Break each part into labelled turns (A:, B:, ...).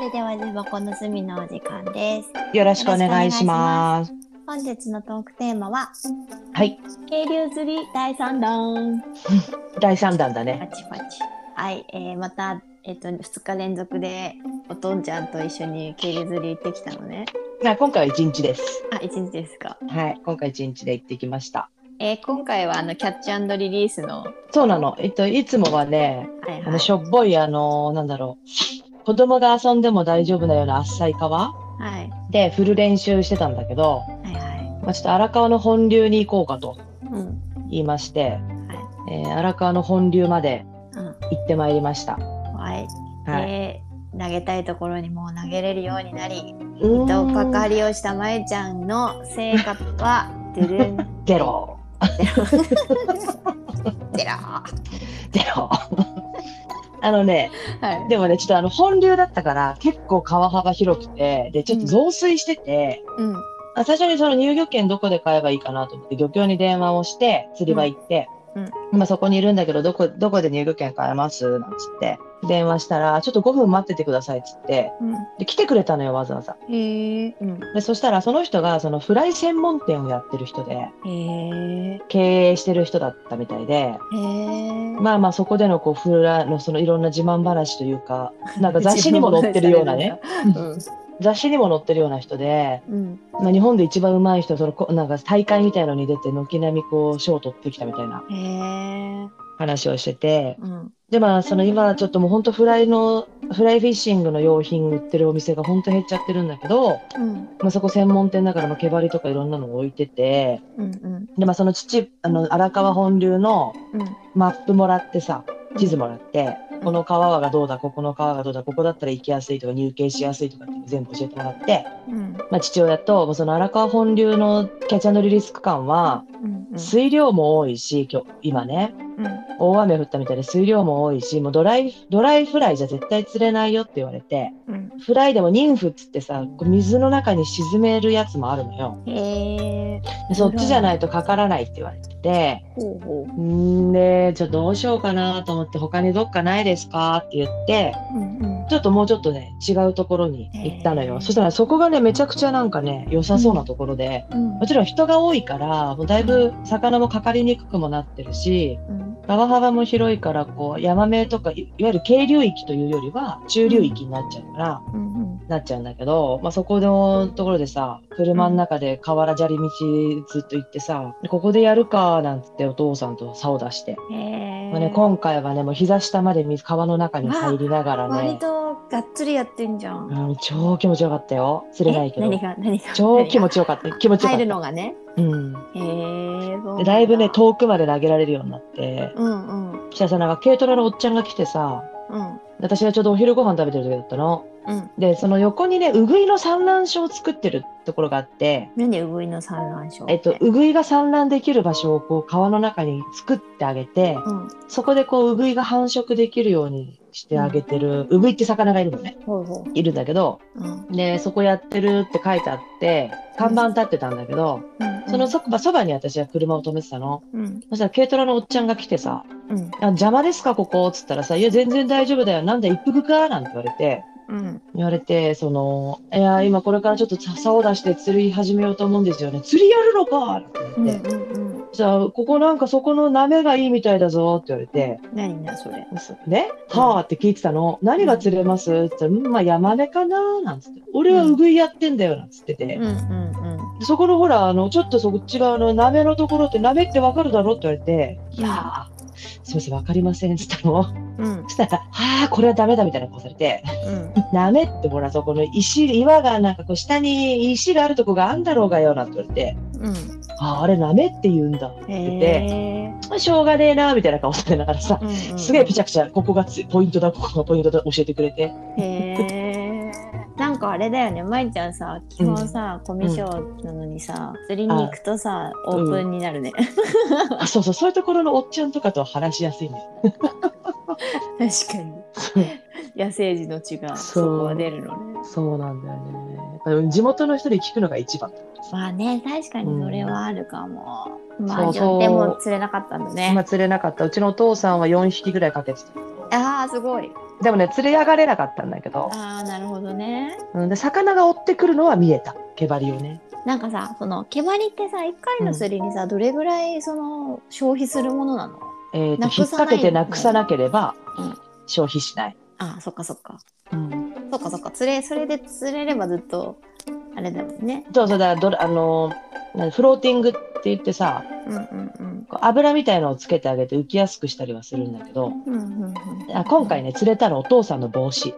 A: れではズボコの隅のお時間です。
B: よろしくお願いします。
A: 本日のトークテーマは、
B: はい、
A: 渓流釣り第3弾。
B: 第三弾だ
A: パ
B: ね。
A: チパチ。はい、えーまた、えっ、と、2日連続で、おとんちゃんと一緒に渓流釣り行ってきたのね。
B: じゃあ今回は一日です。
A: あ、1日ですか。
B: はい、今回一日で行ってきました。
A: えー今回は、あの、キャッチリリースの、は
B: そうなの。えっといつもはね、
A: い
B: あ
A: は
B: の
A: い。
B: しょっぽいあのなんだろう、子供が遊んでも大丈夫なような浅い川
A: はい、
B: で振る練習してたんだけど、
A: はい、は
B: まあ、ちょっと荒川の本流に行こうかと
A: い。うん。
B: 言いまして、
A: はい。
B: えー荒川の本流まで
A: うん。
B: 行ってまいりました。
A: はい。
B: はい。
A: で投げたいところにもう投げれるようになり、
B: う
A: 糸をパカ
B: ーん
A: リをしたまゆちゃんの成果はドゥルン
B: ゼロ
A: ゼロ。は
B: ゼロ。 あのね、
A: い。
B: でもね、ちょっとあの本流だったから、結構川幅広くて、で、ちょっと増水してて、
A: うん
B: あ最初にその入漁券どこで買えばいいかなと思って、漁協に電話をして、釣り場行って、
A: うんうん
B: 今そこにいるんだけど、どこ、どこで入漁券買えますなんつって、電話したら、ちょっと5分待っててくださいっつって、で、来てくれたのよ、わざわざ。
A: うん。へえ。うん。
B: で、そしたらその人が、そのフライ専門店をやってる人で、
A: へえ。
B: 経営してる人だったみたいで、
A: へえ。
B: まあまあそこでのこう、フラのそのいろんな自慢話というか、なんか雑誌にも載ってるようなね。雑誌にも載ってるような人で、
A: うん。
B: まあ、日本で一番上手い人そのこなんか大会みたいのに出て軒並みこう賞を取ってきたみたいな
A: うん。へえ。
B: 話をしてて
A: うん。
B: でまあその今ちょっともうほんとフライのフライフィッシングの用品売ってるお店がほんと減っちゃってるんだけど、
A: うん。
B: まあ、そこ専門店だからまあ毛針とかいろんなの置いてて
A: うん。うん。
B: でまあその父あの荒川本流の
A: うん。
B: マップもらってさ地図もらって
A: ん
B: この川がどうだここの川がどうだここだったら行きやすいとか入形しやすいとかっていうの全部教えてもらって。
A: うん。
B: まあ、父親ともうその荒川本流のキャッチャーのリリース区間は
A: うん。うん。
B: 水量も多いし今日今ね大雨降ったみたいで水量も多いしもうドライドライフライじゃ絶対釣れないよって言われて
A: うん。
B: フライでもニンフっつってさこう水の中に沈めるやつもあるのよ
A: へえ。
B: でそっちじゃないとかからないって言われてて
A: ほうほ
B: うーんでちょっとどうしようかなと思って他にどっかないですかって言って
A: う。うん。うん。
B: ちょっともうちょっとね違うところに行ったの
A: へー
B: よそしたらそこがねめちゃくちゃなんかね良さそうなところで。
A: うん
B: も。ちろん人が多いから、もうだいぶ魚もかかりにくくもなってるし、
A: うん。
B: 川幅も広いから、こう、ヤマメとか、いいわゆる渓流域というよりは、中流域になっちゃうから、
A: うん。
B: なっちゃうんだけど、まあ、そこのところでさ、車の中で河原砂利道ずっと行ってさ、ここでやるか、なんつってお父さんと差を出して。
A: へえ。
B: まあね、今回はね、もう膝下まで水川の中に入りながら
A: 割
B: ね、
A: とがっつりやってんじゃん。
B: うん、超気持ちよかったよ。釣れないけ
A: え
B: ど
A: 何。が何 が
B: 超気持ちよかった。気持ちよか
A: 入
B: っ
A: る
B: た。
A: のがね。
B: うん。
A: へえそうなん
B: でだいぶね、遠くまで投げられるようになって、
A: うんうん
B: そしたらさ、なんか軽トラのおっちゃんが来てさ、
A: うん
B: 私がちょうどお昼ご飯食べてる時だったの。
A: うん。
B: で、その横にね、うぐいの産卵床を作ってるところがあって、
A: 何ウグイの産卵床て
B: えっと、うぐいが産卵できる場所をこう川の中に作ってあげて、
A: うん。
B: そこでこう、うぐいが繁殖できるようにしてあげてる、うぐいって魚がいるのね、
A: ほうほ
B: いるんだけど、
A: う。うん
B: で、そこやってるって書いてあって、看板立ってたんだけど、
A: うん。
B: そのそば、そばに私は車を止めてたの。
A: うん
B: そしたら軽トラのおっちゃんが来てさ、
A: うん
B: あ邪魔ですか、ここっつったらさ、いや、全然大丈夫だよ、なんだ、一服かなんて言われて、
A: うん
B: 言われて、その、いや、今、これからちょっと竿を出して釣り始めようと思うんですよね、釣りやるのかって
A: う
B: 言
A: ん
B: って、
A: うん。
B: じゃあ、ここなんかそこの舐めがいいみたいだぞって言われて、
A: 何だそれ。
B: ね、はあって聞いてたの、何が釣れますって言ったら、うんまあ、ヤマメかななんつって、俺はウグイやってんだよなんつってて。
A: うんうんうん。
B: そこのほら、あの、ちょっとそこ違うの、舐めのところって舐めってわかるだろって言われて、いやー、すみません、わかりませんって言ったの。
A: うん
B: そしたら、はあ、これはダメだみたいな顔されて、
A: うん。
B: ダメってほら、そこの石、岩がなんかこう、下に石があるとこがあんだろうがよ、なんて言われて、
A: うん。
B: ああ、あれダメって言うんだ。
A: へえ。
B: しょうがねえな、みたいな顔されながらさ、
A: うんうん
B: すげえピチャピチャ、ここがつポイントだ、ここがポイントだ、教えてくれて。
A: へーなんかあれだよね、まいちゃんさ、基本さ、コミュ障なのにさ、釣りに行くとさ、オ
B: うん
A: ープンになるね。
B: あ、そうそう、そういうところのおっちゃんとかとは話しやすいんだよ。
A: 確かに。野生児の血がそこは出るのね。
B: そうなんだよね。やっぱ地元の人に聞くのが一番。
A: まあね、確かにそれはあるかも。まあ
B: そうそう
A: でも釣れなかったんだね。
B: 今釣れなかったうちのお父さんは4匹ぐらいかけてた
A: ああ、すごい。
B: でもね、連れ上がれなかったんだけど、
A: ああなるほどね
B: うん、で魚が追ってくるのは見えた、毛針をね。
A: なんかさその毛張りってさ1回の釣りにさ、どれぐらいその消費するものなの
B: えーと
A: なくさ
B: 引っ掛けてなくさなければ
A: うん
B: 消費しない。
A: あーそっかそっか
B: うん、
A: そっかそっか釣れそれで釣れればずっとあれだもんね
B: そうそうだからどれあのーなフローティングって言ってさ
A: うんうんうん
B: こう油みたいのをつけてあげて浮きやすくしたりはするんだけど
A: うんうんうん
B: あ今回ね釣れたのお父さんの帽子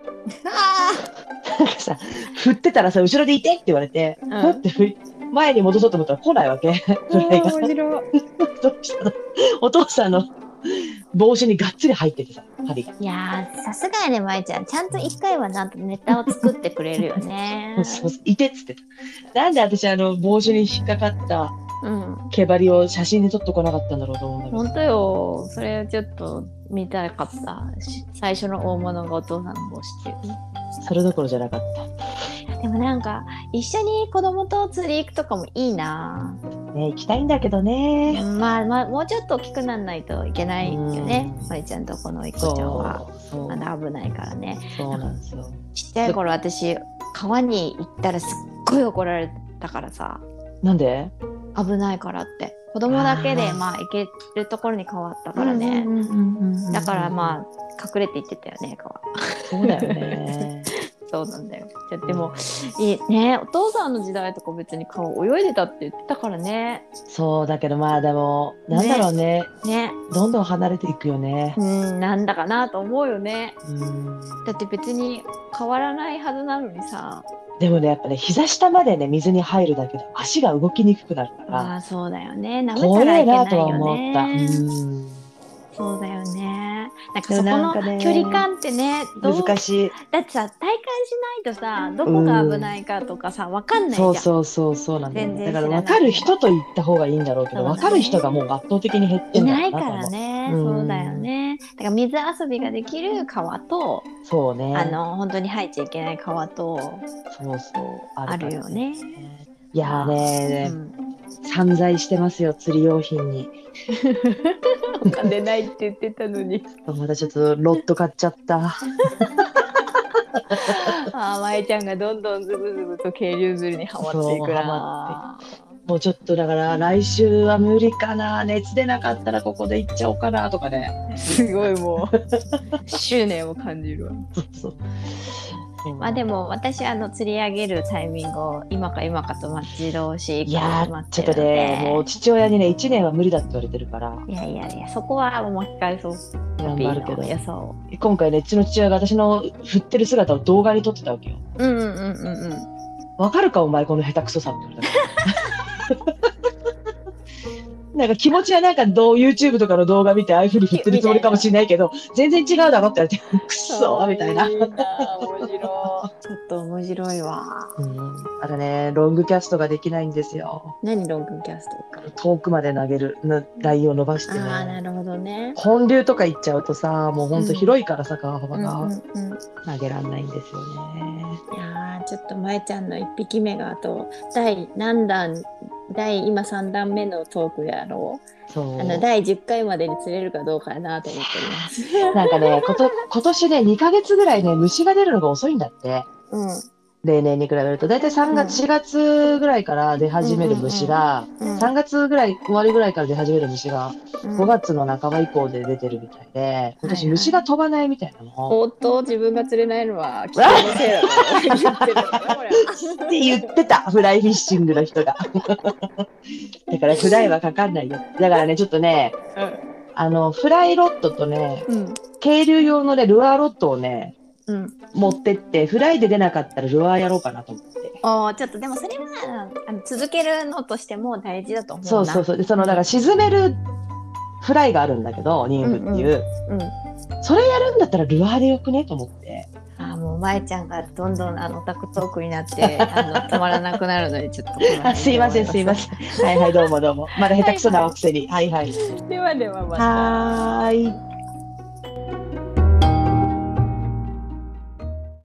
A: あ
B: なんかさ振ってたらさ後ろでいてって言われて、
A: ん
B: ふって振り前に戻そうと思ったら来ないわけ
A: ー
B: フライが
A: 面白い
B: どうしたのお父さんの帽子にがっつり入っててさ針が。
A: いやーさすがやねまいちゃんちゃんと1回はなんとネタを作ってくれるよね
B: そうそういてっつってたなんで私あの帽子に引っかかった
A: うん
B: 毛針を写真で撮っとこなかったんだろうと思うんだけど
A: 本当よそれちょっと見たかったし最初の大物がお父さんの帽子っていう
B: それどころじゃなかった。
A: でもなんか一緒に子供と釣り行くとかもいいな
B: ね、行きたいんだけどね。
A: まあまあもうちょっと大きくならないといけないよね
B: うん
A: まりちゃんとこのいこ
B: そう
A: ちゃんは。
B: そう
A: まだ危ないからね
B: そうなんですよ。
A: ちっちゃい頃私川に行ったらすっごい怒られたからさ
B: なんで
A: 危ないからって子供だけで
B: あー
A: まあ行けるところに変わったからね、
B: うんうんうんうん
A: だからまあ隠れて行ってたよね川
B: あ、そうだよ ね。
A: そうなんだよ。いやでもいいねお父さんの時代とか別に顔泳いでたって言ってたからね。
B: そうだけどまあでも、なんだろうね。
A: ね。
B: どんどん離れていくよね。
A: うんなんだかなと思うよね。
B: うん
A: だって別に変わらないはずなのにさ。
B: でもね、やっぱね、膝下までね、水に入るだけで足が動きにくくなるから、
A: ああそうだよね。舐め
B: 怖
A: たら
B: え
A: いけな
B: ないとは
A: よ
B: 思った。う
A: ね。
B: ん
A: そうだよね。なんか
B: で
A: そ
B: も
A: こ
B: な
A: の
B: んかね
A: 距離感ってねどう
B: 難しい。
A: だってさ体感しないとさどこが危ないかとかさわかんないじゃ
B: そ
A: ん。
B: うそうそうそうなんだよね
A: 全然
B: だから
A: 知らない
B: 分かる人と言った方がいいんだろうけど
A: そうだね
B: 分かる人がもう圧倒的に減って
A: い
B: んだ
A: な
B: ろう
A: いからね、
B: うん
A: そうだよね。だから水遊びができる川と、
B: と思うそうね
A: あの本当に入っちゃいけない川と
B: そうそう
A: あ
B: から
A: るよね。
B: いやーね
A: うん
B: 散財してますよ釣り用品に
A: お金ないって言ってたのに。
B: またちょっとロット買っちゃった
A: ああ、まえちゃんがどんどんズブズブと渓流釣りにはまっていく
B: そうハ
A: な。
B: もうちょっとだから来週は無理かな熱出なかったらここで行っちゃおうかなとかね
A: すごいも う執念を感じるわ。
B: そうそう
A: まあでも私あの釣り上げるタイミングを今か今かと待ち遠しい
B: い
A: から
B: や
A: 待
B: ー
A: ってる
B: ちょっ
A: の
B: と
A: で
B: ねもう父親にね1年は無理だって言われてるから
A: いやいやいやそこはもう巻き返そう。
B: 頑
A: ピ
B: 張る
A: ー
B: けど
A: の予想を。
B: 今回ねうちの父親が私の振ってる姿を動画に撮ってたわけよ
A: うんうんうんうんうん。
B: わかるかお前この下手くそさって言われた から。なんか気持ちはなんかどう YouTube とかの動画見てああいうふうに振ってるつもりかもしれないけど全然違うだろって言われてくっそーみたいな。
A: いいな面白い。ちょっと面白いわ。
B: うん、あれねロングキャストができないんですよ
A: 何ロングキャスト
B: 遠くまで投げるなラインを伸ばして
A: ああ、な
B: ね
A: るほどね。
B: 本流とか行っちゃうとさもうほんと広いからさ川
A: う
B: 幅
A: んうんうん
B: が、
A: い
B: 投げらんないんですよね
A: やーちょっとまえちゃんの一匹目があと第何弾第今三弾目のトークやろう
B: そう
A: あの第十回までに釣れるかどうかなと思っております。
B: なんかね こと今年ね2ヶ月ぐらいね虫が出るのが遅いんだって例年に比べると大体3月、
A: う
B: 4月ぐらいから出始める虫が、
A: うん、うん、
B: 3月ぐらい終わりぐらいから出始める虫が5
A: 五。
B: 月の半ば以降で出てるみたいで今
A: はいはい
B: 年虫が飛ばないみたいなの、
A: おっと自分が釣れないのは気のせいだから言ってるのかなこれ
B: って言ってたフライフィッシングの人が だからフライはかかんないよだからねちょっとねあのフライロットとね
A: うん
B: 渓流用のねルアーロットをね
A: うん。
B: 持ってってフライで出なかったらルアーやろうかなと思って。
A: おーちょっとでもそれはあの続けるのとしても大事だと思うな
B: そうそうそうでそのだから沈めるフライがあるんだけどニングっていう、
A: うん、
B: それやるんだったらルアーでよくねと思って
A: あーもうまえちゃんがどんどんあのオタクトークになってあの止まらなくなるのでちょっとこの辺で
B: あすいませんすいませんはいはいどうもどうもまだ下手くそなくせにはいはい
A: ではではまた
B: はーい